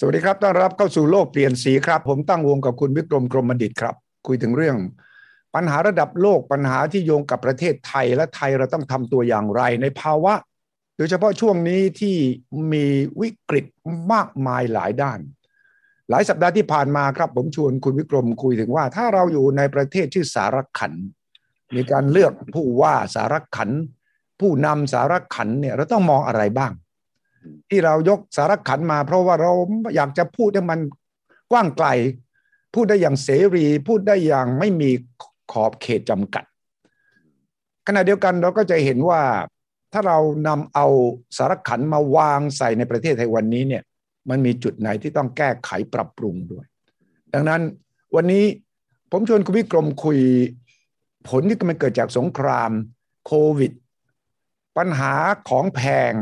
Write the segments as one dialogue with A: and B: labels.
A: สวัสดีครับ ต้อนรับเข้าสู่โลกเปลี่ยนสีครับ ผมตั้งวงกับคุณวิกรมกรมบัณฑิตครับ คุยถึงเรื่อง ปัญหาระดับโลกปัญหาที่โยงกับประเทศไทยและไทยเราต้องทำตัวอย่างไรในภาวะ โดยเฉพาะช่วงนี้ที่มีวิกฤตมากมายหลายด้าน หลายสัปดาห์ที่ผ่านมาครับ ผมชวนคุณวิกรมคุยถึงว่า ถ้าเราอยู่ในประเทศชื่อสารขัน มีการเลือกผู้ว่าสารขัน ผู้นำสารขันเนี่ยเราต้องมองอะไรบ้าง ที่เรายกสารขันมา เพราะว่าเราอยากจะพูดให้มันกว้างไกล พูดได้อย่างเสรี พูดได้อย่างไม่มีขอบเขตจำกัด ขณะเดียวกันเราก็จะเห็นว่าถ้าเรานำเอาสารขันมาวางใส่ในประเทศไทยวันนี้เนี่ย มันมีจุดไหนที่ต้องแก้ไขปรับปรุงด้วย ดังนั้นวันนี้ผมชวนคุณวิกรมคุย ผลที่มันเกิดจากสงครามโควิด ปัญหาของแพง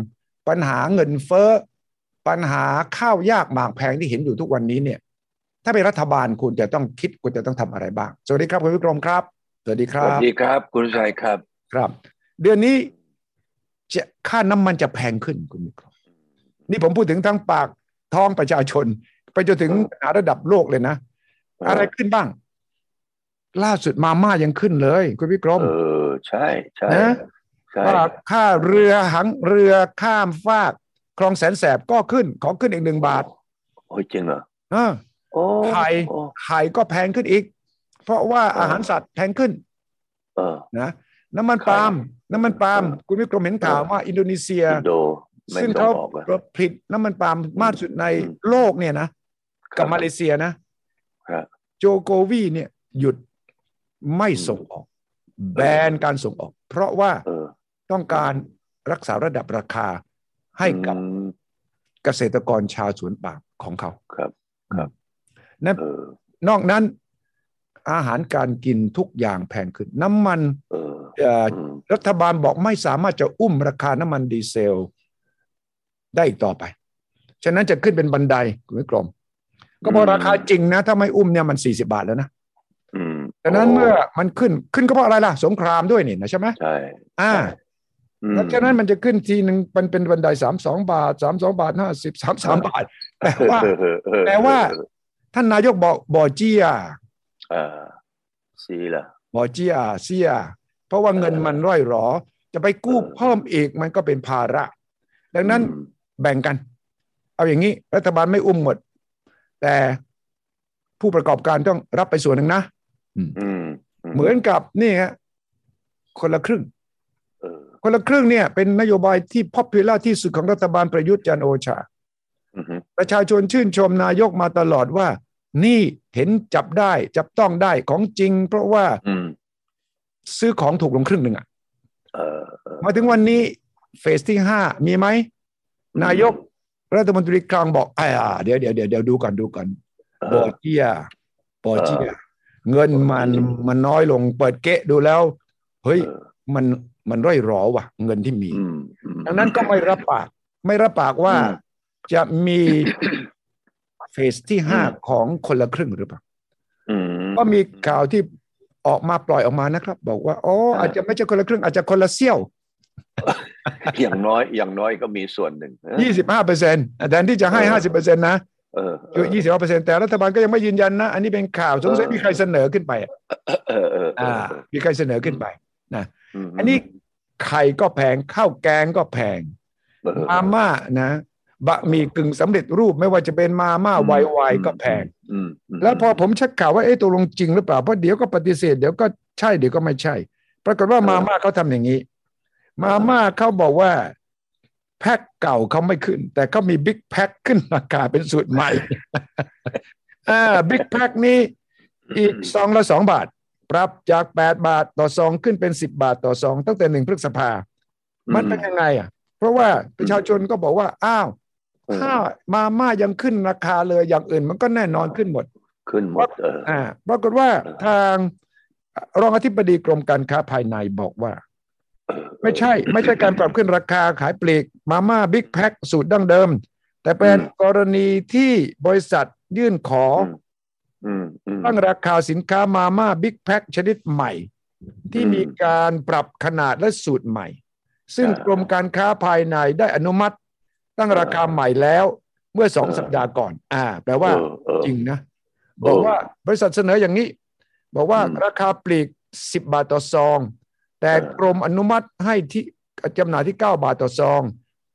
A: ปัญหาเงินเฟ้อ ปัญหาข้าวยากหมากแพงที่เห็นอยู่ทุกวันนี้เนี่ย ถ้าเป็นรัฐบาลคุณจะต้องคิดคุณจะต้องทำอะไรบ้าง สวัสดีครับคุณวิกรมครับ สวัสดีค
B: ส
A: รับ
B: วัสดีครับ คุณชัยครับ
A: ครับ เดือนนี้จะค่าน้ำมันจะแพงขึ้นคุณมิกรมนี่ผมพูดถึงทั้งปากท้องประชาชน ไปจนถึงปัญหาระดับโลกเลยนะ อะไรขึ้นบ้าง ล่าสุดมาม่ายังขึ้นเลย คุณวิกรม
B: เออ ใช่ใช่
A: นะ
B: ใช่
A: ว่าค่าเรือหังเรือข้ามฟาก คลองแสนแสบก็ขึ้น ของขึ้นอีกหนึ่งบาท
B: โอ้ยจริงเหรอ
A: เออ
B: โอ้
A: ไทย
B: โอ้
A: ไข่ก็แพงขึ้นอีก เพราะว่า
B: เอออ
A: อาหารสัตว์แพงขึ้น
B: เออ
A: นะน้ำมันปาล์มน้ำมันปาล์มคุณวิกรมเห็นข่าวว่าอินโดนีเซีย
B: อินโดไม่
A: ซึ่ง
B: ต้อ
A: เขา
B: งบอกแล้ว
A: ผลิตน้ำมันปาล์มมากสุดใน
B: อืม
A: โลกเนี่ยนะ
B: ครั
A: กับ บมาเลเซียนะครับ โจโกวีเนี่ยหยุดไม่ส่งออก แบนการส่งออก เพราะว่า
B: เออ
A: ต้องการรักษาระดับราคาให้กับ
B: อืม
A: เกษตรกรชาวสวนปาล์มของเขา
B: ครับเออ
A: นอกนั้นอาหารการกินทุกอย่างแพงขึ้น น้ำมัน
B: เออ
A: เอ่อ
B: อืม
A: รัฐบาลบอกไม่สามารถจะอุ้มราคาน้ำมันดีเซล ได้อีกต่อไป ฉะนั้นจะขึ้นเป็นบันไดคุณวิกรม ก็เพราะราคาจริงนะ ถ้าไม่อุ้มเนี่ยมัน 40 บาทแล้วนะ
B: อืม
A: ดังนั้นเมื่อมันขึ้นขึ้นก็เพราะอะไรล่ะ สงครามด้วยนี่นะใช่ไหม
B: ใช่
A: อ่า
B: อืม
A: แล้วฉะนั้นมันจะขึ้นทีหนึ่งมันเป็นบันไดสามสองบาทสามสองบาทห้าสิบสามส ามบาท แต่ว่า
B: เออเออเออ
A: แปลว่า
B: เออ
A: ท่านนายกบอกบอเจีย
B: เออซีล่ะ
A: บอเจียเสีย เพราะว่าเงินมันร่อยหรอ จะไปกู้
B: เออ
A: เพิ่มอีกมันก็เป็นภาระ ดังนั้น
B: อืม
A: แบ่งกัน เอาอย่างนี้ รัฐบาลไม่อุ้มหมด แต่ผู้ประกอบการต้องรับไปส่วนหนึ่งนะ
B: อืม
A: เหมือนกับนี่ฮะคนละครึ่ง
B: เออ
A: คนละครึ่งเนี่ยเป็นนโยบายที่พ o p u l a r ที่สุดของรัฐบาลประยุทธ์จันทร์โอชา
B: อือฮึ
A: ประชาชนชื่นชมนายกมาตลอดว่า นี่เห็นจับได้จับต้องได้ของจริง เพราะว่า
B: อืม
A: ซื้อของถูกลงครึ่งหนึ่งอะ
B: เออเออ
A: มาถึงวันนี้เฟสที่ห้ามีไหม นายก รัฐมนตรีกลางบอกอ่าเดี๋ยวเดี๋ยวเดี๋ยวเดี๋ยวดูกันดูกัน
B: เออ
A: บอเจียบอเจียเงินมันมันน้อยลงเปิดเกะดูแล้ว เฮ้ย
B: เออ
A: มันมันร่อยหรอว่ะ เงินที่มี
B: อืมอืม
A: ดังนั้นก็ไม่รับปาก ไม่รับปากว่า
B: อืม
A: จะ มีเฟสที่ห้า
B: อืม
A: ของคนละครึ่งหรือเปล่า
B: อืม
A: ก็มีข่าวที่ออกมาปล่อยออกมานะครับ บอกว่าอ๋อ
B: อ่า
A: อาจจะไม่ใช่คนละครึ่ง อาจจะคนละเซี่ยว
B: อย่างน้อยอย่างน้อยก็มีส่วนหนึ่งเออ
A: 25เปอร์เซ็นต์แทนที่จะให้
B: เออ
A: 50เปอร์เซ็นต์นะ
B: เออเอ
A: คือ
B: อ
A: 25เปอร์เซ็นต์แต่รัฐบาลก็ยังไม่ยืนยันนะ อันนี้เป็นข่าวสงสัย
B: เออ
A: มีใครเสนอขึ้นไปอะ
B: เออเออเออ
A: อ่า
B: เออ
A: มีใครเสนอขึ้นไป
B: ม
A: อันนี้ไข่ก็แพงข้าวแกงก็แพง
B: เออ
A: มาม่านะบะหมี่กึ่งสำเร็จรูปไม่ว่าจะเป็นมาม่า
B: อืม
A: ไวๆก็แพง
B: อืมม
A: แล้วพอผมเช็คข่าวว่าเอ๊ะตกลงจริงหรือเปล่า เพราะเดี๋ยวก็ปฏิเสธเดี๋ยวก็ใช่เดี๋ยวก็ไม่ใช่ ปรากฏว่ามาม่าเขาทำอย่างนี้ มาม่าเขาบอกว่า แพ็คเก่าเขาไม่ขึ้น แต่เขามีบิ๊กแพ็คขึ้นราคาเป็นสูตรใหม่ อ่าบิ๊กแพ็คนี้ อีกซองละสองบาท ปรับจากแปดบาทต่อซองขึ้นเป็นสิบบาทต่อซองตั้งแต่หนึ่งพฤษภา มันเป็นยังไงอ่ะ เพราะว่าประชาชนก็บอกว่า อ้าว
B: เออ
A: ถ้ามาม่ายังขึ้นราคาเลยอย่างอื่นมันก็แน่นอนขึ้นหมด
B: ขึ้นหมดเออ
A: อ่า ปรากฏว่าทางรองอธิบดีกรมการค้าภายในบอกว่า ไม่ใช่ ไม่ใช่การปรับขึ้นราคาขายปลีกมาม่าบิ๊กแพ็คสูตรดั้งเดิม แต่เป็น
B: อืม
A: กรณีที่บริษัทยื่นขออ
B: อืมอืม
A: ตั้งราคาสินค้ามาม่าบิ๊กแพ็คชนิดใหม่ ที่
B: อืม
A: มีการปรับขนาดและสูตรใหม่ ซึ่ง
B: อ่าก
A: รมการค้าภายในได้อนุมัติ ตั้งราคา
B: อ่า
A: ใหม่แล้ว เมื่อสอง
B: เออ
A: สัปดาห์ก่อน อ่า แปลว่า
B: เออเออ
A: จริงนะ บอกว่าบริษัทเสนออย่างนี้ บอกว่า
B: อืม
A: ราคาปลีก 10 บาทต่อซอง แต่
B: เออก
A: รมอนุมัติให้ที่จำหน่ายที่ 9 บาทต่อซอง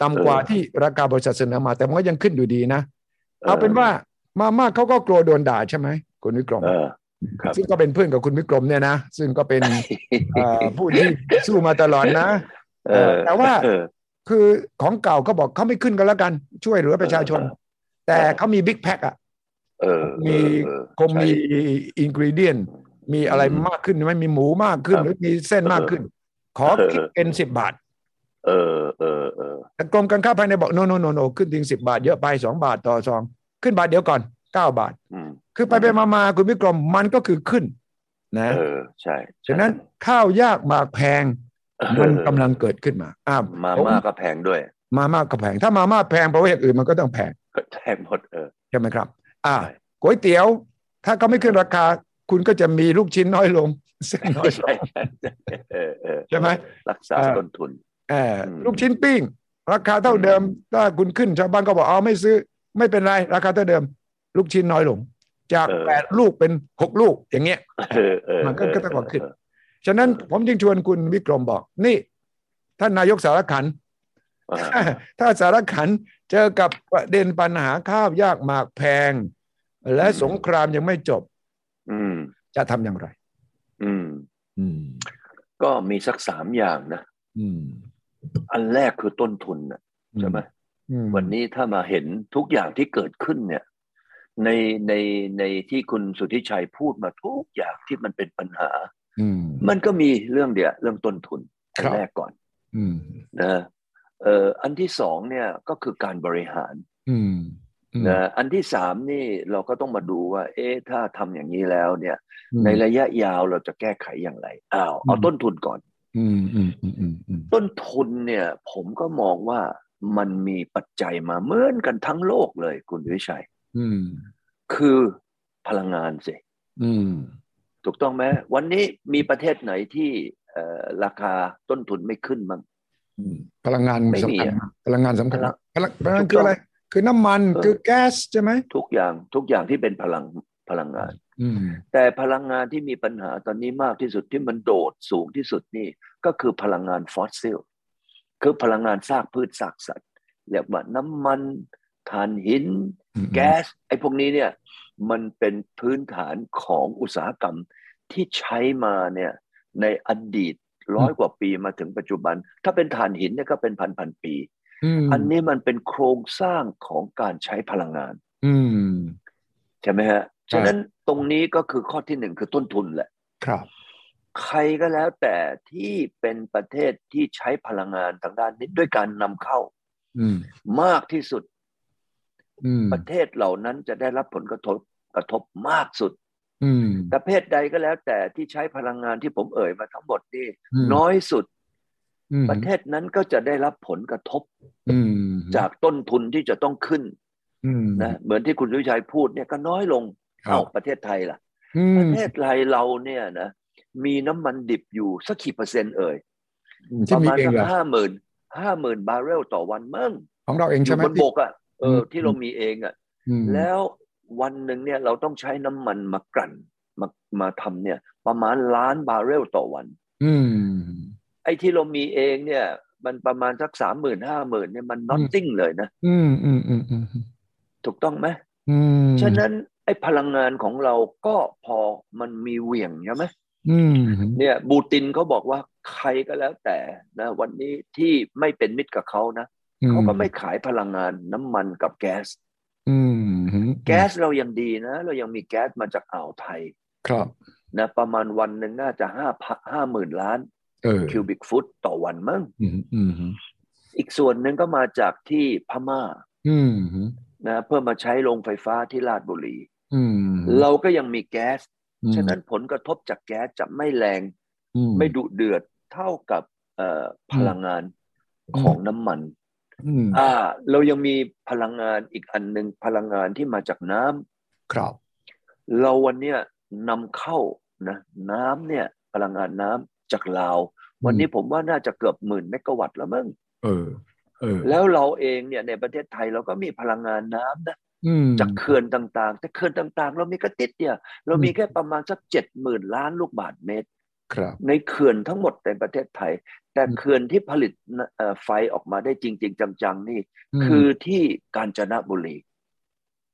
A: ต่ำกว่า
B: เออ
A: ที่ราคาบริษัทเสนอมา แต่มันก็ยังขึ้นอยู่ดีนะ เอาเป็นว่ามาม่าเขาก็กลัวโดนด่าใช่ไหมคุณวิกรม
B: เออ ครับ
A: ซึ่งก็เป็นเพื่อนกับคุณวิกรมเนี่ยนะซึ่งก็เป็นเอ่อผู้ที่สู้มาตลอดนะ
B: เออ
A: แต่ว่า
B: เออ
A: คือของเก่าก็บอกเขาไม่ขึ้นกันแล้วกัน ช่วยเหลือประชาชน
B: เออ
A: แต่เขามีบิ๊กแพ็คอะ
B: เออเอ
A: มี
B: อเออ
A: คงมี
B: ใช่
A: อินกริเดียนมีอะไร
B: อืม
A: มากขึ้นไหมมีหมูมากขึ้น
B: ครับ
A: หรือมีเส้นมากขึ้น ขอ
B: เออ
A: คิดเป็นสิบบาท
B: เออเออเออ
A: แต่กรมการค้าภายในบอกโนโนโนโนขึ้นถึงสิบาทเยอะไปสองบาทต่อซอง ขึ้นบาทเดียวก่อนเก้าบาท
B: อืม
A: คือไปไปมามาคุณวิกรมมันก็คือขึ้นนะ
B: เออ ใช่ใช่
A: ฉะนั้นข้าวยากหมากแพง มันกำลังเกิดขึ้นมาอ้าว
B: มา
A: ผ
B: ม่าก็แพงด้วย
A: มามากก็แพง ถ้ามาม่าแพงเพราะว่าอย่างอื่นมันก็ต้องแพง
B: ก็แพงหมดเออ
A: ใช่ไหมครับ อ่า
B: ใช่
A: ก๋วยเตี๋ยว ถ้าเขาไม่ขึ้นราคา คุณก็จะมีลูกชิ้นน้อยลง เส้นน้อยล
B: ใช่
A: ง
B: ใช่เออเออ
A: ใช่ไหม
B: รักษาต้นทุน
A: เอออ
B: ม
A: ลูกชิ้นปิ้ง ราคาเท่าเดิม ถ้าคุณขึ้นชาวบ้านก็บอกเอาไม่ซื้อ ไม่เป็นไร ราคาเท่าเดิม ลูกชิ้นน้อยลง จาก
B: เออ
A: แปดลูกเป็นหกลูกอย่างเงี้ย
B: เออเออ
A: มันก็
B: เออ
A: ก็ต้องบอกขึ้น
B: เออ
A: ฉะนั้น
B: เออ
A: ผมจึงชวนคุณวิกรมบอก นี่ ท่านนายกสารขัน
B: อ่า
A: ถ้า ถ้าสารขันเจอกับประเด็นปัญหาข้าวยากหมากแพง และ
B: อืม
A: สงครามยังไม่จบ
B: อืม
A: จะทำอย่างไร
B: อืม
A: อืม
B: ก็มีสักสามอย่างนะ
A: อืม
B: อันแรกคือต้นทุนนะใช่ไหม
A: อืม
B: วันนี้ถ้ามาเห็นทุกอย่างที่เกิดขึ้นเนี่ย ในในในที่คุณสุทธิชัยพูดมาทุกอย่างที่มันเป็นปัญหา
A: อืม
B: มันก็มีเรื่องเดียวเรื่องต้นทุนอัน
A: ครับ
B: แรกก่อน
A: อืม
B: นะเอ่ออันที่สองเนี่ยก็คือการบริหาร
A: อืมอืม
B: นะอันที่สามนี่เราก็ต้องมาดูว่า เอ๊ะถ้าทำอย่างนี้แล้วเนี่ย ในระยะยาวเราจะแก้ไขอย่างไรอ้าวเอาต้นทุนก่อน
A: อืมอืมอืมอืมอืม
B: ต้นทุนเนี่ยผมก็มองว่ามันมีปัจจัยมาเหมือนกันทั้งโลกเลยคุณวิชัย
A: อืม
B: คือพลังงานสิ
A: อืม
B: ถูกต้องไหมวันนี้มีประเทศไหนที่เอ่อราคาต้นทุนไม่ขึ้นมั้ง
A: อืมพลังงาน
B: ไม่มี
A: สำคัญ
B: อะ
A: มากพลังงานสำคัญมากพลังพลังงาน
B: ถูกต้อง
A: คืออะไร คือน้ำมัน
B: เออ
A: คือแก๊สใช่ไหม
B: ทุกอย่างทุกอย่างที่เป็นพลังพลังงาน
A: อืม
B: แต่พลังงานที่มีปัญหาตอนนี้มากที่สุดที่มันโดดสูงที่สุดนี่ก็คือพลังงานฟอสซิลคือพลังงานซากพืชซากสัตว์เรียกว่าน้ำมันถ่านหิน
A: อืม
B: แก๊สไอ้พวกนี้เนี่ยมันเป็นพื้นฐานของอุตสาหกรรมที่ใช้มาเนี่ยในอดีตร้อยกว่าปีมาถึงปัจจุบัน ถ้าเป็นถ่านหินเนี่ยก็เป็นพันพันๆปี
A: อืม
B: อันนี้มันเป็นโครงสร้างของการใช้พลังงาน
A: อืม
B: ใช่ไหมฮะ
A: ใช่
B: ฉะนั้นตรงนี้ก็คือข้อที่หนึ่งคือต้นทุนแหละ
A: ครับ
B: ใครก็แล้วแต่ที่เป็นประเทศที่ใช้พลังงานทางด้านนี้ด้วยการนำเข้า
A: อืม
B: มากที่สุด
A: อืม
B: ประเทศเหล่านั้นจะได้รับผลกระทบกระทบมากสุด
A: อืม
B: ประเภทใดก็แล้วแต่ที่ใช้พลังงานที่ผมเอ่ยมาทั้งหมดนี่
A: อืม
B: น้อยสุด
A: อืม
B: ประเทศนั้นก็จะได้รับผลกระทบ
A: อืม
B: จากต้นทุนที่จะต้องขึ้น
A: อืม
B: นะเหมือนที่คุณวิชัยพูดเนี่ยก็น้อยลง
A: ครั
B: เอ้า
A: บ
B: ประเทศไทยล่ะ
A: อืม
B: ประเทศไทยเราเนี่ยนะมีน้ำมันดิบอยู่สักกี่เปอร์เซ็นต์เอ่ยป
A: ที่
B: ระ
A: มี
B: มาณ
A: เอง
B: สัก
A: เหรอ
B: ห้าหมื่นห้าหมื่นบาร์เรลต่อวันเมื่ง
A: ของเราเอง
B: อ
A: ใช่
B: ยู่
A: ไหม
B: บนบกอ่ะเอออ
A: ม
B: ที่เรามีเองอ่ะ
A: อืม
B: แล้ววันหนึ่งเนี่ยเราต้องใช้น้ำมันมากลั่นมามาทำเนี่ย ประมาณล้านบาร์เรลต่อวัน
A: อืม
B: ไอ้ที่เรามีเองเนี่ย มันประมาณสักสามหมื่นห้าหมื่นเนี่ยมันนอตติงเลยนะ
A: อืมอืมอืมอืม
B: ถูกต้องไหม
A: อืม
B: ฉะนั้นไอ้พลังงานของเราก็พอมันมีเหวี่ยงใช่ไหม
A: อืม
B: เนี่ยบูตินเขาบอกว่าใครก็แล้วแต่นะวันนี้ที่ไม่เป็นมิตรกับเขานะ
A: อื
B: เขาก็ไม่ขายพลังงานน้ำมันกับแก๊ส
A: อืม
B: แก๊สเรายังดีนะ เรายังมีแก๊สมาจากอ่าวไทย
A: ครับ
B: นะประมาณวันหนึ่งน่าจะห้าพันห้าหมื่นล้าน
A: เออ
B: คิวบิกฟุตต่อวันมั้ง
A: อืมอืม
B: อีกส่วนหนึ่งก็มาจากที่พม่า
A: อืม
B: นะเพื่อมาใช้โรงไฟฟ้าที่ลาดบุรี
A: อืม
B: เราก็ยังมีแก๊ส
A: อืม
B: ฉะนั้นผลกระทบจากแก๊สจะไม่แรง
A: อืม
B: ไม่ดุเดือดเท่ากับเอ่อพลังงาน
A: อืม
B: ของน้ำมัน
A: อืม
B: อ่า เรายังมีพลังงานอีกอันหนึ่งพลังงานที่มาจากน้
A: ครับ
B: ำเราวันเนี้ยนำเข้านะน้ำเนี่ยพลังงานน้ำจากลาว วันนี้ผมว่าน่าจะเกือบหมื่นเมกะวัตต์แล้วมั้ง
A: เออ เออ
B: แล้วเราเองเนี่ยในประเทศไทยเราก็มีพลังงานน้ำนะ
A: อืม
B: จากเขื่อนต่างๆ แต่เขื่อนต่างๆ เรามีกระติดเดียวเรามีแค่ประมาณสักเจ็ดหมื่นล้านลูกบาศก์เมตร
A: ครับ
B: ในเขื่อนทั้งหมดในประเทศไทย แต่
A: อืม
B: เขื่อนที่ผลิตน่ะเอ่อไฟออกมาได้จริง ๆ จังๆ นี่
A: ม
B: คือที่กาญจนบุรี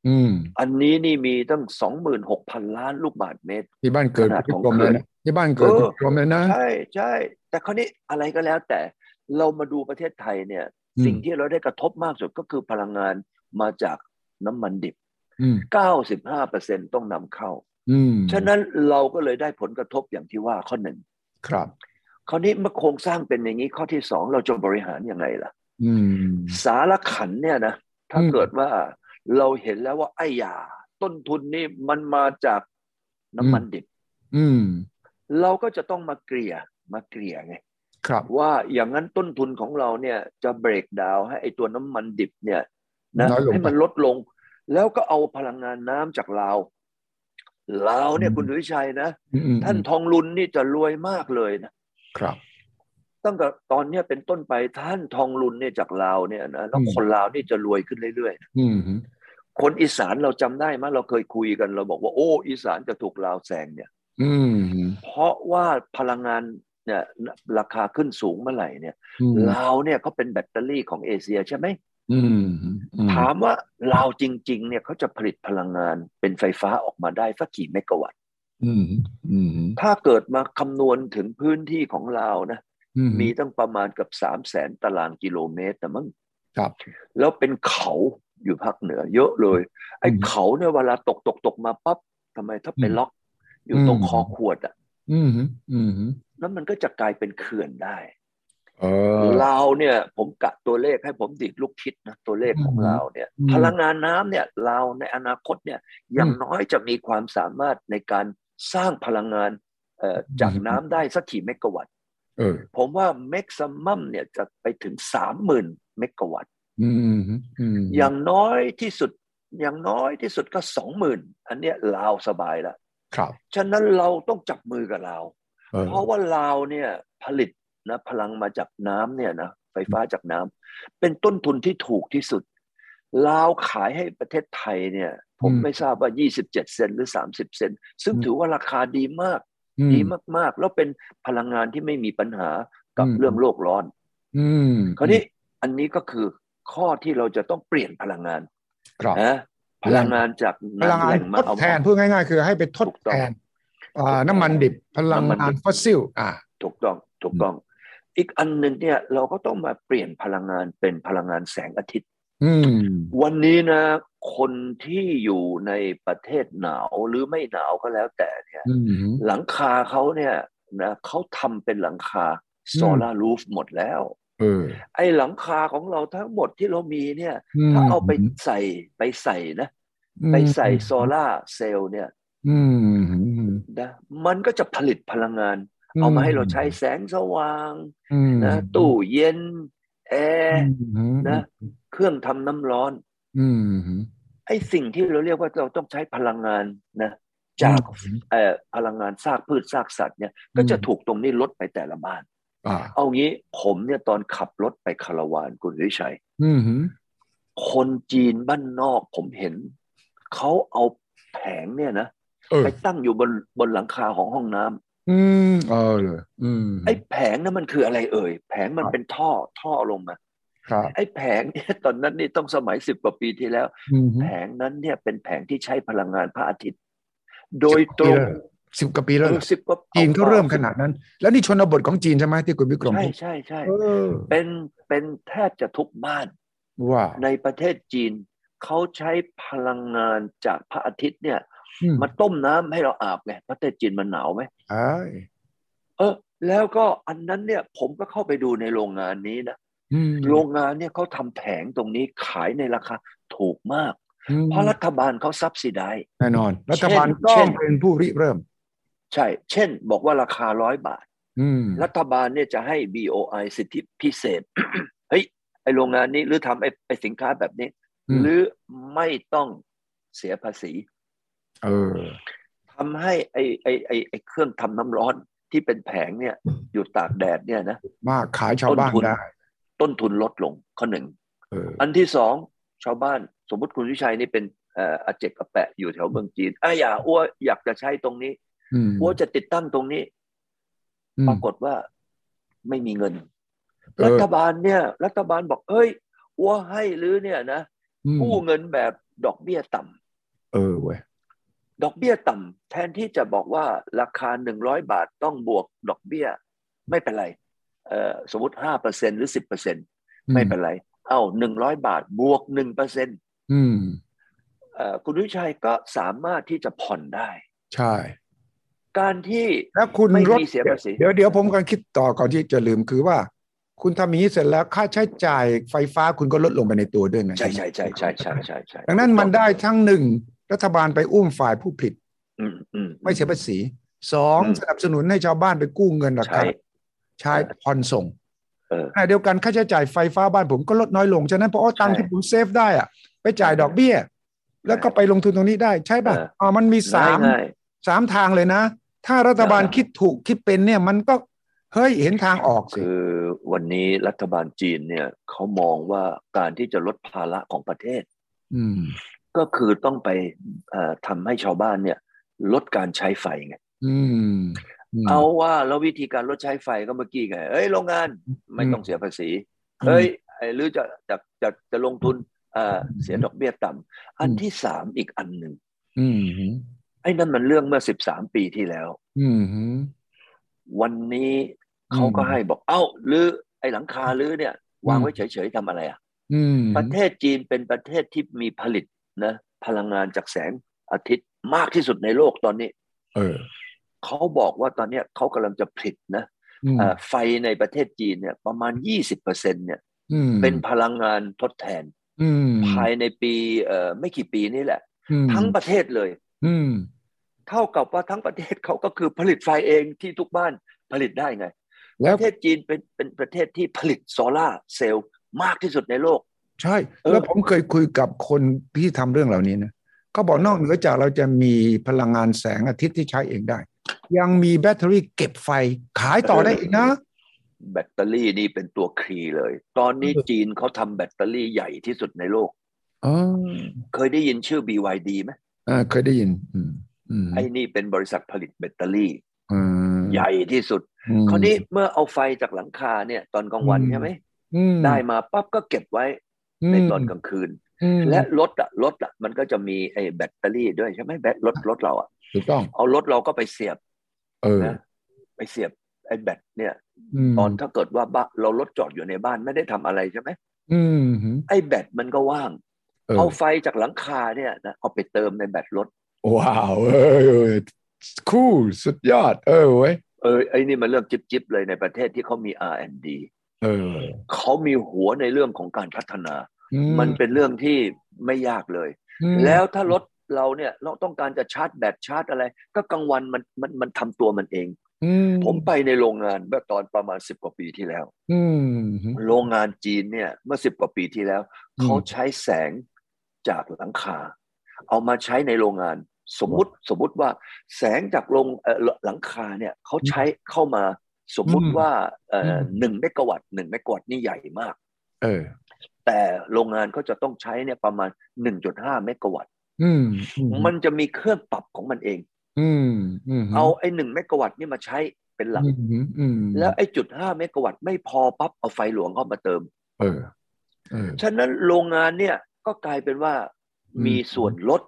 A: อืม
B: อันนี้นี่มีตั้งสองหมื่นหกพันล้านลูกบาศก์เมตร
A: ที่บ้านเกิด
B: ขนาด
A: คุณ
B: ของ
A: กรมเลยนะที่บ้านเกิด
B: เออ
A: คุณกรมเลยนะ
B: ใช่ใช่แต่คราวนี้อะไรก็แล้วแต่เรามาดูประเทศไทยเนี่ย
A: อืม
B: สิ่งที่เราได้กระทบมากสุดก็คือพลังงานมาจากน้ำมันดิบ
A: อืม
B: 95%ต้องนำเข้า
A: อืม
B: ฉะนั้นเราก็เลยได้ผลกระทบอย่างที่ว่าข้อหนึ่ง
A: ครับ
B: คราวนี้เมื่อโครงสร้างเป็นอย่างนี้ข้อที่สองเราจะบริหารยังไงล่ะ
A: อืม
B: สารขันเนี่ยนะถ้า
A: อืม
B: เกิดว่าเราเห็นแล้วว่าไอ้ยา ต้นทุนนี่มันมาจากน้ำมันดิบ
A: อืม
B: เราก็จะต้องมาเกลี่ยมาเกลี่ยไง
A: ครับ
B: ว่าอย่างนั้นต้นทุนของเราเนี่ยจะเบรกดาวให้ไอ้ตัวน้ำมันดิบเนี่ยนะ
A: น้อยลง
B: ให้มันลดลง แล้วก็เอาพลังงานน้ำจากลาวลาวเนี่ย
A: อืม
B: คุณวิชัยนะ
A: อืมอืม
B: ท่านทองลุนนี่จะรวยมากเลยนะ
A: ครับ
B: ตั้งแต่ตอนเนี้ยเป็นต้นไปท่านทองลุนเนี่ยจากลาวเนี่ยนะแล้ว
A: อืม
B: คนลาวนี่จะรวยขึ้นเรื่อย
A: อืม
B: ๆ คนอีสานเราจำได้ไหมยเราเคยคุยกันเราบอกว่าโอ้อีสานจะถูกลาวแซงเนี่ย
A: อืม
B: เพราะว่าพลังงานเนี่ยราคาขึ้นสูงเมื่อไหร่เนี่ย
A: อืม
B: ลาวเนี่ยเขาเป็นแบตเตอรี่ของเอเชียใช่ไหม
A: อืมอืม
B: ถามว่าลาวจริง ๆ เนี่ยเขาจะผลิตพลังงานเป็นไฟฟ้าออกมาได้สักกี่เมกะวัตต์
A: อืมอืม
B: ถ้าเกิดมาคำนวณถึงพื้นที่ของลาวนะ
A: อืม
B: มีตั้งประมาณเกับสามแสนตารางกิโลเมตรนะมั้ง
A: ครับ
B: แล้วเป็นเขาอยู่ภาคเหนือ เยอะเลย ไอ้เขาเนี่ยเวลาตกตกตกมาปั๊บทำไมถ้าไปล็อก อยู่ตรงคอขวดอ่ะ
A: อืมอืม
B: แล้วมันก็จะกลายเป็นเขื่อนได้
A: เออ
B: ลาวเนี่ย ผมกะตัวเลขให้ผมดิดลูกคิดนะตัวเลขของ
A: อืม
B: ลาวเนี่ย
A: อืม
B: พลังงานน้ำเนี่ยลาวในอนาคตเนี่ยอย่าง
A: อืม
B: น้อยจะมีความสามารถในการสร้างพลังงานเอ่อจาก
A: อืม
B: น้ำได้สักกี่เมกะวัตต์
A: เออ
B: ผมว่าแม็กซัมัมเนี่ยจะไปถึงสามหมื่นเมกะวัตต์
A: อืมอืม
B: อย่างน้อยที่สุดอย่างน้อยที่สุดก็สองหมื่นอันเนี้ยลาวสบายละ
A: ครับ
B: ฉะนั้นเราต้องจับมือกับลาว
A: เออ
B: เพราะว่าลาวเนี่ยผลิตนะพลังมาจากน้ำเนี่ยนะไฟฟ้าจากน้ำเป็นต้นทุนที่ถูกที่สุดลาวขายให้ประเทศไทยเนี่ย ผมไม่ทราบว่า 27 เซนหรือ 30 เซนซึ่งถือว่าราคาดีมาก
A: อืม
B: ดีมากๆ แล้วเป็นพลังงานที่ไม่มีปัญหากับ
A: อืม
B: เรื่องโลกร้อน
A: อืม
B: คราวนี้อันนี้ก็คือข้อที่เราจะต้องเปลี่ยนพลังงาน
A: ครับ
B: นะพลังงานจาก
A: พลัง
B: น้ำ
A: งาน
B: แหล่งมา
A: ทด
B: เอามา
A: แทนพูดง่ายๆ คือให้ไปทด
B: ถูกต้
A: แท
B: อง
A: นอ่าน้ำมันดิบ พลัง
B: น้ำมัน
A: งา
B: ดิ
A: น
B: บ
A: ฟอสซิล อ่า
B: ถูกต้องถูกต้อง อีกอันหนึ่งเนี่ยเราก็ต้องมาเปลี่ยนพลังงานเป็นพลังงานแสงอาทิตย์
A: อืม
B: วันนี้นะคนที่อยู่ในประเทศหนาวหรือไม่หนาวก็แล้วแต่เนี่ย
A: อืม
B: หลังคาเขาเนี่ยนะเขาทำเป็นหลังคา
A: อืม
B: โซลารูฟหมดแล้ว
A: เออ
B: ไอ้หลังคาของเราทั้งหมดที่เรามีเนี่ย
A: อืม
B: ถ้าเอาไปใส่ไปใส่นะ ไปใส่โซล่าร์เซลล์เนี่ย
A: อืมอืม
B: นะมันก็จะผลิตพลังงาน เอามาให้เราใช้แสงสว่าง
A: อืม
B: นะตู้เย็น แอร์
A: อืม
B: นะ เครื่องทำน้ำร้อน
A: อืม
B: ไอ้สิ่งที่เราเรียกว่าเราต้องใช้พลังงานนะจากเอ่อพลังงานซากพืชซากสัตว์เนี่ยก็จะถูกตรงนี้ลดไปแต่ละบ้าน
A: อ่า
B: เอางี้ผมเนี่ยตอนขับรถไปคาราวานคุณวิชัย
A: อืม
B: คนจีนบ้านนอกผมเห็น เขาเอาแผงเนี่ยนะ
A: เออ
B: ไปตั้งอยู่บนบนหลังคาของห้องน้ำ
A: อืมเออเลยอืม
B: ไอ้แผงนั้นมันคืออะไรเอ่ย แผงมันเป็นท่อท่อลงมา
A: ครับ
B: ไอ้แผงเนี่ย ตอนนั้นนี่ต้องสมัยสิบกว่าปีที่แล้ว
A: อืม
B: แผงนั้นเนี่ยเป็นแผงที่ใช้พลังงานพระอาทิตย์ โดยตร
A: ปี
B: ง
A: แล้วเหรอสิบกว่าปีแล้วเหรอ
B: สิบกว่า
A: จีนก็เริ่มขนาดนั้น แล้วนี่ชนบทของจีนใช่ไหมที่คุณวิกรม
B: ใช่
A: พูด
B: ใช่ใช่
A: เออ
B: เป็นเป็นแทบจะทุกบ้าน
A: ว้าว
B: ในประเทศจีน เขาใช้พลังงานจากพระอาทิตย์เนี่ย
A: อืม
B: มาต้มน้ำให้เราอาบไงประเทศจีนมันหนาวไหม
A: ใช่
B: เออแล้วก็อันนั้นเนี่ยผมก็เข้าไปดูในโรงงานนี้นะ
A: อืม
B: โรงงานเนี่ยเขาทำแผงตรงนี้ขายในราคาถูกมาก
A: อืม
B: เพราะรัฐบาลเขาซับซิได้
A: แน่นอน รัฐบาล
B: เช่น
A: ก็
B: เช่น
A: เป็นผู้ริเริ่ม
B: ใช่ เช่น บอกว่าราคาร้อยบาท
A: อืม
B: รัฐบาลเนี่ยจะให้ BOI สิทธิพิเศษ เฮ้ยไอโรงงานนี้หรือทำไอไอสินค้าแบบนี้
A: อืม
B: หรือไม่ต้องเสียภาษี
A: เออ
B: ทำให้ไอไอไอไอเครื่องทำน้ำร้อนที่เป็นแผงเนี่ยอยู่ตากแดดเนี่ยนะ
A: มากขายชาวบ้านได้
B: ต้นทุนลดลงข้อหนึ่ง
A: เออ
B: อันที่สองชาวบ้านสมมติคุณวิชัยนี่เป็นเอ่ออาเจกอาแปะอยู่แถวเมืองจีนอ่ะอย่าอ้วอยากจะใช้ตรงนี้
A: อืม
B: อ้วจะติดตั้งตรงนี้
A: อืม
B: ปรากฏว่าไม่มีเงิน
A: เอ
B: รั
A: อ
B: ฐบาลเนี่ย รัฐบาลบอกเฮ้ยอ้วให้หรือเนี่ยนะ
A: อืม
B: กู้เงินแบบดอกเบี้ยต่ำ
A: เออเว้ย
B: ดอกเบี้ยต่ำแทนที่จะบอกว่าราคาหนึ่งร้อยบาทต้องบวกดอกเบี้ย ไม่เป็นไรเอ่อสมมติห้าเปอร์เซ็นหรือสิบเปอร์เซ็น
A: อื
B: ไม่เป็นไร เอ้าหนึ่งร้อยบาทบวกหนึ่งเปอร์เซ็น
A: อืม
B: เอ่อคุณวิชัยก็สามารถที่จะผ่อนได้
A: ใช่
B: การที่
A: แล้วคุณ
B: ไม่
A: ลด
B: มีเสียภาษี
A: เดี๋ยวเดี๋ยวผมกำลังคิดต่อก่อนที่จะลืมคือว่า คุณทำอย่างนี้เสร็จแล้วค่าใช้จ่ายไฟฟ้าคุณก็ลดลงไปในตัวด้วยไง
B: ใช่ใช่ใช่ใช่ใช่ใช่ใช่
A: ดังนั้นมันได้ทั้งหนึ่งรัฐบาลไปอุ้มฝ่ายผู้ผลิต
B: อืมอืม
A: ไม่เสียภาษีสอง
B: อืม
A: สนับสนุนให้ชาวบ้านไปกู้เงินรา
B: ใช่
A: คาใช้ผ่อนส่ง
B: เออ
A: ขณะเดียวกันค่าใช้จ่ายไฟฟ้าบ้านผมก็ลดน้อยลง ฉะนั้นพอเอาตังค์
B: ใช่
A: ที่ผมเซฟได้อะไปจ่ายดอกเบี้ย แล้วก็ไปลงทุนตรงนี้ได้ใช่ป่ะ
B: เอออ๋
A: อ๋อมันมีสาม
B: ง่าย
A: สามทางเลยนะ ถ้ารัฐบาล
B: อ่า
A: คิดถูกคิดเป็นเนี่ยมันก็เฮ้ยเห็นทางออก
B: ๆ
A: สิ
B: คือวันนี้รัฐบาลจีนเนี่ยเขามองว่าการที่จะลดภาระของประเทศ
A: อืม
B: ก็คือต้องไปเอ่อทำให้ชาวบ้านเนี่ย ลดการใช้ไฟไง
A: อืมม
B: เอาว่าแล้ววิธีการลดใช้ไฟก็เมื่อกี้ไงเอ้ยโรงงานไม่ต้องเสียภาษี
A: อืม
B: เฮ้ยไอ้หรือจะจะจะจะลงทุนเอ่อเสียดอกเบี้ยต่ำอันที่สามอีกอันหนึ่ง
A: อืม
B: ไอ้นั่นมันเรื่องเมื่อสิบสามปีที่แล้ว
A: อืม
B: วันนี้เขาก็
A: อืม
B: ให้บอกเอ้าหรือไอ้หลังคาหรือเนี่ย วางไว้เฉยๆทำอะไรอ่ะ
A: อืม
B: ประเทศจีนเป็นประเทศที่มีผลิตนะพลังงานจากแสงอาทิตย์มากที่สุดในโลกตอนนี้
A: เออ
B: เขาบอกว่าตอนเนี้ยเขากำลังจะผลิตนะ
A: อืม
B: เอ่อไฟในประเทศจีนเนี่ยประมาณ 20%เนี่ย
A: อืม
B: เป็นพลังงานทดแทน
A: อืม
B: ภายในปีเอ่อไม่กี่ปีนี่แหละ
A: อืม
B: ทั้งประเทศเลย
A: อืม
B: เท่ากับว่าทั้งประเทศ เขาก็คือผลิตไฟเองที่ทุกบ้านผลิตได้ไง
A: แล้
B: ป
A: ว
B: ระเทศจีนเป็นเป็นประเทศที่ผลิตโซล่าร์เซลล์มากที่สุดในโลก
A: ใช่
B: เออ
A: แล้วผมเคยคุยกับคนที่ทำเรื่องเหล่านี้นะเขาบอกนอกเหนือจากเราจะมีพลังงานแสงอาทิตย์ที่ใช้เองได้ ยังมีแบตเตอรี่เก็บไฟขายต่อได้อีกนะ
B: แบตเตอรี่นี่เป็นตัวครีเลย ตอนนี้
A: เออ
B: จีนเขาทำแบตเตอรี่ใหญ่ที่สุดในโลก
A: อ๋อ
B: เคยได้ยินชื่อ BYD ไหม
A: อ่าเคยได้ยิน อืมอืม
B: ไอ้นี่เป็นบริษัทผลิตแบตเตอรี่
A: อืม
B: ใหญ่ที่สุด
A: อืม
B: คราวนี้เมื่อเอาไฟจากหลังคาเนี่ยตอนกลางวัน
A: อืม
B: ใช่ไหม
A: อืม
B: ได้มาปั๊บก็เก็บไว้ในตอนกลางคืน
A: ม
B: และรถอะรถอะมันก็จะมีไอ้แบตเตอรี่ด้วยใช่ไหมแบตรถรถเราอะ
A: ถูกต้อง
B: เอารถเราก็ไปเสียบ
A: เออ
B: นะไปเสียบไอ้แบตเนี่ย
A: ม
B: ตอนถ้าเกิดว่าบ้านเรารถจอดอยู่ในบ้านไม่ได้ทำอะไรใช่ไหม
A: อืม
B: ไอ้แบตมันก็ว่าง
A: เออ
B: เอาไฟจากหลังคาเนี่ยนะเอาไปเติมในแบตรถ
A: ว้าวเออเออคู่ สุดยอด เออเว้ย
B: เออไอ้นี่มันเรื่องจิ๊บจิบๆเลยในประเทศที่เขามี R&D
A: เออ
B: เขามีหัวในเรื่องของการพัฒนา
A: อื
B: มันเป็นเรื่องที่ไม่ยากเลย
A: อืม
B: แล้วถ้ารถเราเนี่ยเราต้องการจะชาร์จแบตชาร์จอะไร ก็กลางวันมันมันมันทำตัวมันเอง
A: อื
B: ผมไปในโรงงานเมื่อตอนประมาณสิบกว่าปีที่แล้ว
A: อืม
B: โรงงานจีนเนี่ยเมื่อสิบกว่าปีที่แล้ว
A: อืม
B: เขาใช้แสงจากหลังคา เอามาใช้ในโรงงาน สมมุติสมมุติว่าแสงจากโรงเอ่อหลังคาเนี่ยเขาใช้เข้ามาสมมุติว่าเอ่ออหนึ่งเมกะวัตต์หนึ่งเมกะวัตต์นี่ใหญ่มาก
A: เออ
B: แต่โรงงานก็จะต้องใช้เนี่ยประมาณ 1.5 เมกะวัตต์
A: อืม
B: มันจะมีเครื่องปรับของมันเอง
A: อืมอืม
B: เอาไอ้หนึ่งเมกะวัตต์นี่มาใช้เป็นหลัก
A: อืมอืม
B: แล้วไอ้จุดห้าเมกะวัตต์ไม่พอปั๊บเอาไฟหลวงเข้ามาเติม
A: เออเออ
B: ฉะนั้นโรงงานเนี่ยก็กลายเป็นว่า
A: อืม
B: มีส่วนลด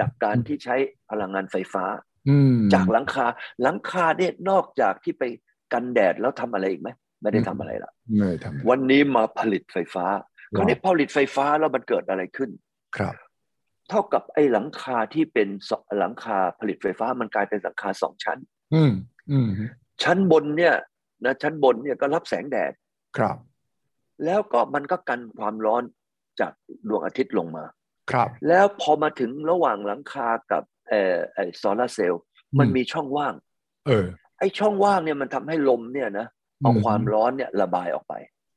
B: จากการที่ใช้พลังงานไฟฟ้า
A: อืม
B: จากหลังคาหลังคาเนี่ยนอกจากที่ไปกันแดดแล้วทำอะไรอีกไหมไม่ได้ทำอะไรละ
A: ไม่ทำ
B: วันนี้มาผลิตไฟฟ้าคราวนี้
A: ว้ว
B: ผลิตไฟฟ้าแล้วมันเกิดอะไรขึ้น
A: ครับ
B: เท่ากับไอ้หลังคาที่เป็นสองหลังคาผลิตไฟฟ้ามันกลายเป็นหลังคาสองชั้น
A: อืมอืม
B: ชั้นบนเนี่ยนะชั้นบนเนี่ยก็รับแสงแดด
A: ครับ
B: แล้วก็มันก็กันความร้อนจากดวงอาทิตย์ลงมา
A: ครับ
B: แล้วพอมาถึงระหว่างหลังคากับเอ่อไอ้โซลาร์เซลล์
A: อืม
B: มันมีช่องว่าง
A: เออ
B: ไอ้ช่องว่างเนี่ยมันทำให้ลมเนี่ยนะเอาความร้อนเนี่ยระบายออกไป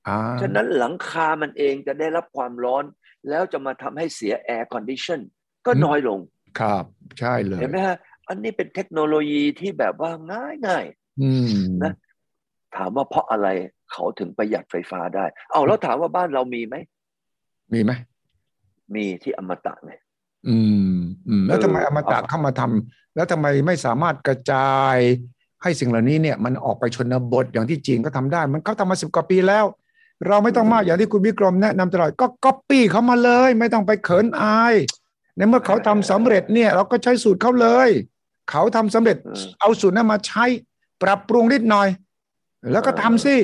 A: อ่า
B: ฉะนั้นหลังคามันเองจะได้รับความร้อน แล้วจะมาทำให้เสียแอร์คอนดิชันก็น้อยลง
A: ครับ ใช่เลย
B: เห็นไหมฮะ อันนี้เป็นเทคโนโลยีที่แบบว่าง่ายง่าย
A: อืม
B: ๆนะ ถามว่าเพราะอะไรเขาถึงประหยัดไฟฟ้าได้ เอาแล้วถามว่าบ้านเรามีไหม
A: มีไหม
B: มีที่อมตะไง
A: อืมอืมแล้วทำไม
B: เออ
A: อมตะ
B: เอา
A: เข้ามาทำแล้วทำไมไม่สามารถกระจายให้สิ่งเหล่านี้เนี่ย มันออกไปชนบทอย่างที่จีนก็ทำได้ มันเขาทำมาสิบกว่าปีแล้ว เราไม่ต้องมากอย่างที่คุณวิกรมแนะนำตลอดก็ก๊อปปี้เขามาเลย ไม่ต้องไปเขินอาย ในเมื่อเขาทำสำเร็จเนี่ย เราก็ใช้สูตรเขาเลย เขาทำสำเร็จ
B: เออ
A: เอาสูตรนั้นมาใช้ ปรับปรุงนิดหน่อย แล้วก็ทำสิ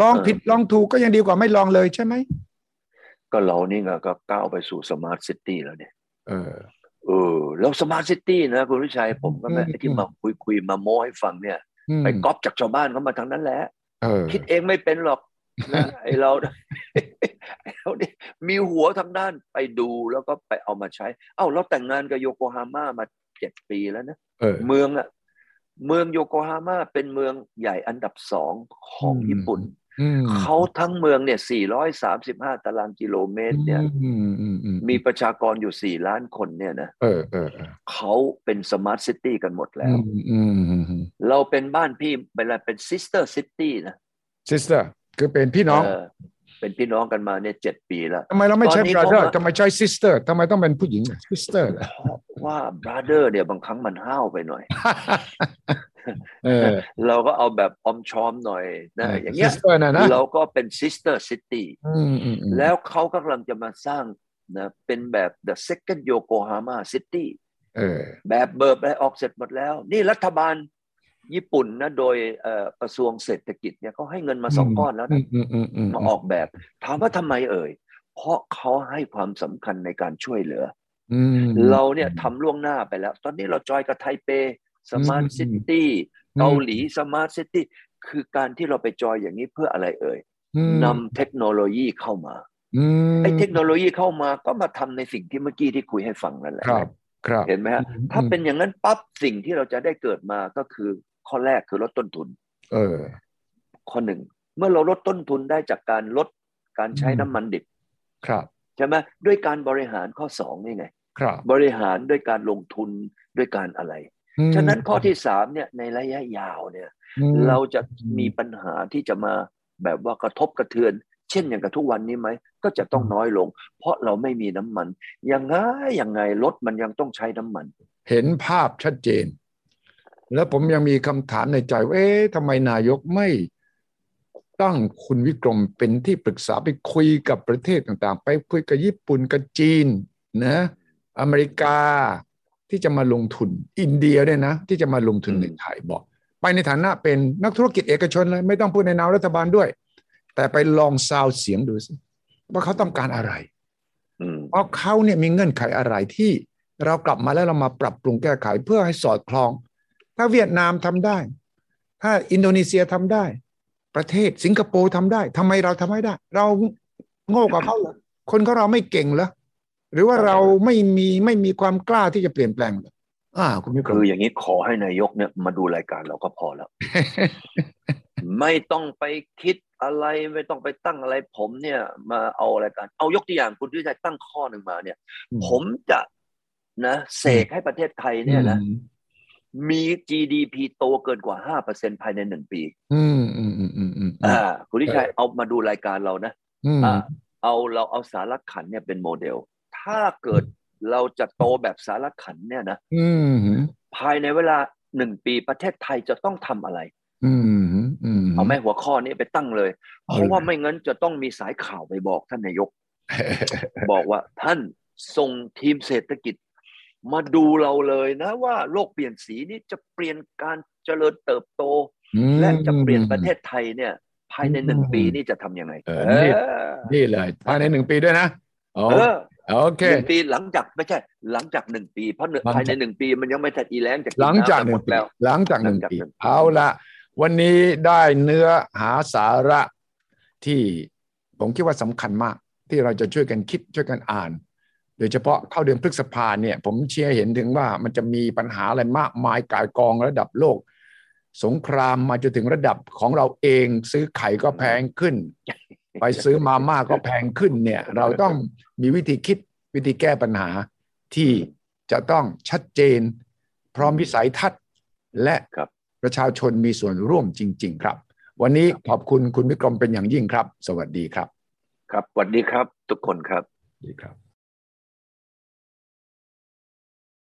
A: ลอง
B: เออ
A: ผิดลองถูกก็ยังดีกว่าไม่ลองเลยใช่ไหม
B: ก็เรานี่ไงก็ก้าวไปสู่สมาร์ทซิตี้แล้วเนี่ย
A: เออ
B: เออ แล้วสมาร์ทซิตี้นะคุณวิชัยผมก็แม่
A: อืม
B: ที่มาคุยคุยมาโม้ให้ฟังเนี่ย
A: อืม
B: ไปก๊อปจากชาวบ้านเขามาทางนั้นแหละ
A: เออ
B: คิดเองไม่เป็นหรอก นะไอเรา ไอเราเนี่ยมีหัวทางด้านไปดูแล้วก็ไปเอามาใช้ เอ้าเราแต่งงานกับโยโกฮาม่ามาเจ็ดปีแล้วนะ
A: เออ
B: เมืองอะเมืองโยโกฮาม่าเป็นเมืองใหญ่อันดับสองของ
A: อืม
B: ญี่ปุ่น
A: อืม
B: เขาทั้งเมืองเนี่ย 435 ตารางกิโลเมตรเนี่ย
A: อืมอืมอืม
B: มีประชากรอยู่ 4 ล้านคนเนี่ยนะ
A: เออเออเออ
B: เขาเป็นสมาร์ทซิตี้กันหมดแล้ว
A: อืมอืมอืมอืม
B: เราเป็นบ้านพี่เป็นอะไรเป็นซิสเตอร์ซิตี้นะ
A: sister คือเป็นพี่น้อง
B: เออเป็นพี่น้องกันมาเนี่ยเจ็ดปีแล้ว
A: ทำไมเราไม่ใช้
B: ตอนนี้
A: brother
B: ผมอะ
A: ทำไมใช้ sister ทำไมต้องเป็นผู้หญิงอะ sister ล่ะ
B: เพราะว่าบราเดอร์เนี่ยบางครั้งมันห้าวไปหน่อย
A: เออ
B: เราก็เอาแบบออมชอมหน่อย นะอย่างเงี้ย
A: sister นะนะ
B: เราก็เป็นซิสเตอร์ซิตี้
A: อืมอืมอืม
B: แล้วเขากำลังจะมาสร้างนะเป็นแบบ The Second Yokohama City
A: เออ
B: แบบเบิร์บอะไรออกเสร็จหมดแล้ว นี่รัฐบาลญี่ปุ่นนะโดยเอ่อกระทรวงเศรษฐกิจเนี่ยเขาให้เงินมาสอง
A: อืม
B: ก้อนแล้ว
A: อืม
B: นะ
A: อืมอืมอืม
B: มาออกแบบ ถามว่าทำไมเอ่ย เพราะเขาให้ความสำคัญในการช่วยเหลือ
A: อืม
B: เราเนี่ยทำล่วงหน้าไปแล้ว ตอนนี้เราจอยกับไทเปสมาร์ท
A: อืม
B: ซิตี้เกาหลีสมาร์ทซิตี้คือการที่เราไปจอยอย่างนี้เพื่ออะไรเอ่ย
A: อืม
B: นำเทคโนโลยีเข้ามา
A: อืม
B: ไอ้เทคโนโลยีเข้ามาก็มาทำในสิ่งที่เมื่อกี้ที่คุยให้ฟังนั่นแหละ
A: ครับครับ
B: เห็นไหมฮะถ้าเป็นอย่างนั้นปั๊บสิ่งที่เราจะได้เกิดมาก็คือข้อแรกคือลดต้นทุน
A: เออ
B: ข้อหนึ่ง เมื่อเราลดต้นทุนได้จากการลดการใช้
A: อืม
B: น้ำมันดิบ
A: ครับ
B: ใช่ไหมด้วยการบริหารข้อสองนี่ไง
A: ครับ
B: บริหารด้วยการลงทุนด้วยการอะไร
A: อืม
B: ฉะนั้นข้อที่สามเนี่ยในระยะยาวเนี่ย
A: อืม
B: เราจะ
A: อืม
B: มีปัญหาที่จะมาแบบว่ากระทบกระเทือน เช่นอย่างกับทุกวันนี้ไหม ก็จะต้องน้อยลง เพราะเราไม่มีน้ำมัน ยังไงยังไงรถมันยังต้องใช้น้ำมัน
A: เห็นภาพชัดเจน แล้วผมยังมีคำถามในใจว่าเอ๊ะทำไมนายกไม่ตั้งคุณวิกรมเป็นที่ปรึกษาไปคุยกับประเทศต่างๆ ไปคุยกับญี่ปุ่นกับจีนนะอเมริกาที่จะมาลงทุน อินเดียเนี่ยนะ ที่จะมาลงทุน
B: อืม
A: ในไทยบอก ไปในฐานะเป็นนักธุรกิจเอกชนเลย ไม่ต้องพูดในนามรัฐบาลด้วย แต่ไปลองซาวเสียงดูสิว่าเขาต้องการอะไร
B: อืม
A: เพราะเขาเนี่ยมีเงื่อนไขอะไรที่เรากลับมาแล้วเรามาปรับปรุงแก้ไขเพื่อให้สอดคล้อง ถ้าเวียดนามทำได้ ถ้าอินโดนีเซียทำได้ ประเทศสิงคโปร์ทำได้ทำไมเราทำไม่ได้ เราโง่กว่าเขาเหรอคนของเราไม่เก่งเหรอหรือว่าเราไม่มีไม่มีความกล้าที่จะเปลี่ยนแปลงเหรออ่าคุณมิกร
B: คื
A: ม
B: ออย่างนี้ขอให้นายกเนี่ยมาดูรายการเราก็พอ แล้ว ไม่ต้องไปคิดอะไรไม่ต้องไปตั้งอะไร ผมเนี่ยมาเอารายการ เอายกตัวอย่างคุณที่จะตั้งข้อหนึ่งมาเนี่ย ผมจะนะเสกให้ประเทศไทยเนี่ยนะ มี GDP โตเกินกว่า 5%ภายในหนึ่งปี
A: อืมอืมอืมอืมอืม
B: อ่า คุณทิชัยเอามาดูรายการเรานะ
A: อืม
B: อ่า เอาเราเอาสารขันเนี่ยเป็นโมเดล ถ้าเกิดเราจะโตแบบสารขันเนี่ยนะ
A: อืมอืม
B: ภายในเวลาหนึ่งปีประเทศไทยจะต้องทำอะไร
A: อืมอืม
B: เอาไหมหัวข้อนี้ไปตั้งเลย
A: เอา
B: เพ
A: เลย
B: ราะว่าไม่งั้นจะต้องมีสายข่าวไปบอกท่านนายก บอกว่าท่านส่งทีมเศรษฐกิจ มาดูเราเลยนะว่าโลกเปลี่ยนสีนี่จะเปลี่ยนการเจริญเติบโต และจะเปลี่ยนประเทศไทยเนี่ย ภายในหนึ่ง
A: อืม
B: ปีนี่จะทำยังไง
A: เออ
B: เอ
A: นี่
B: อ
A: นี่เลยภายในหนึ่งปีด้วยนะโอ
B: เออ
A: โอเค
B: หนึ่งปีหลังจากไม่ใช่ หลังจากหนึ่งปี เพราะหนึ่ง
A: หลังจาก
B: ภายในหนึ่งปีมันยังไม่ทันอีแรงจาก
A: หลังจากห
B: หม
A: นึ่ง
B: ด
A: ปี
B: แล้ว
A: หลังจากหนึ่ง
B: หลังจาก
A: ปี
B: หนึ่งปี
A: เอาละวันนี้ได้เนื้อหาสาระที่ผมคิดว่าสำคัญมาก ที่เราจะช่วยกันคิดช่วยกันอ่าน โดยเฉพาะเข้าเดือนพฤษภาเนี่ย ผมเชียร์เห็นถึงว่ามันจะมีปัญหาอะไรมากมายกายกองระดับโลก สงครามมาจนถึงระดับของเราเองซื้อไข่ก็แพงขึ้น ไปซื้อมาม่าก็แพงขึ้น เนี่ย เราต้องมีวิธีคิดวิธีแก้ปัญหาที่จะต้องชัดเจน พร้อมวิสัยทัศน์ และ
B: ครับ
A: ประชาชนมีส่วนร่วมจริง ๆ ครับ วันนี้ขอบคุณคุณวิกรมเป็นอย่างยิ่งครับ สวัสดีครับ
B: ครับสวัสดีครับทุกคนครับ
A: ดีครับ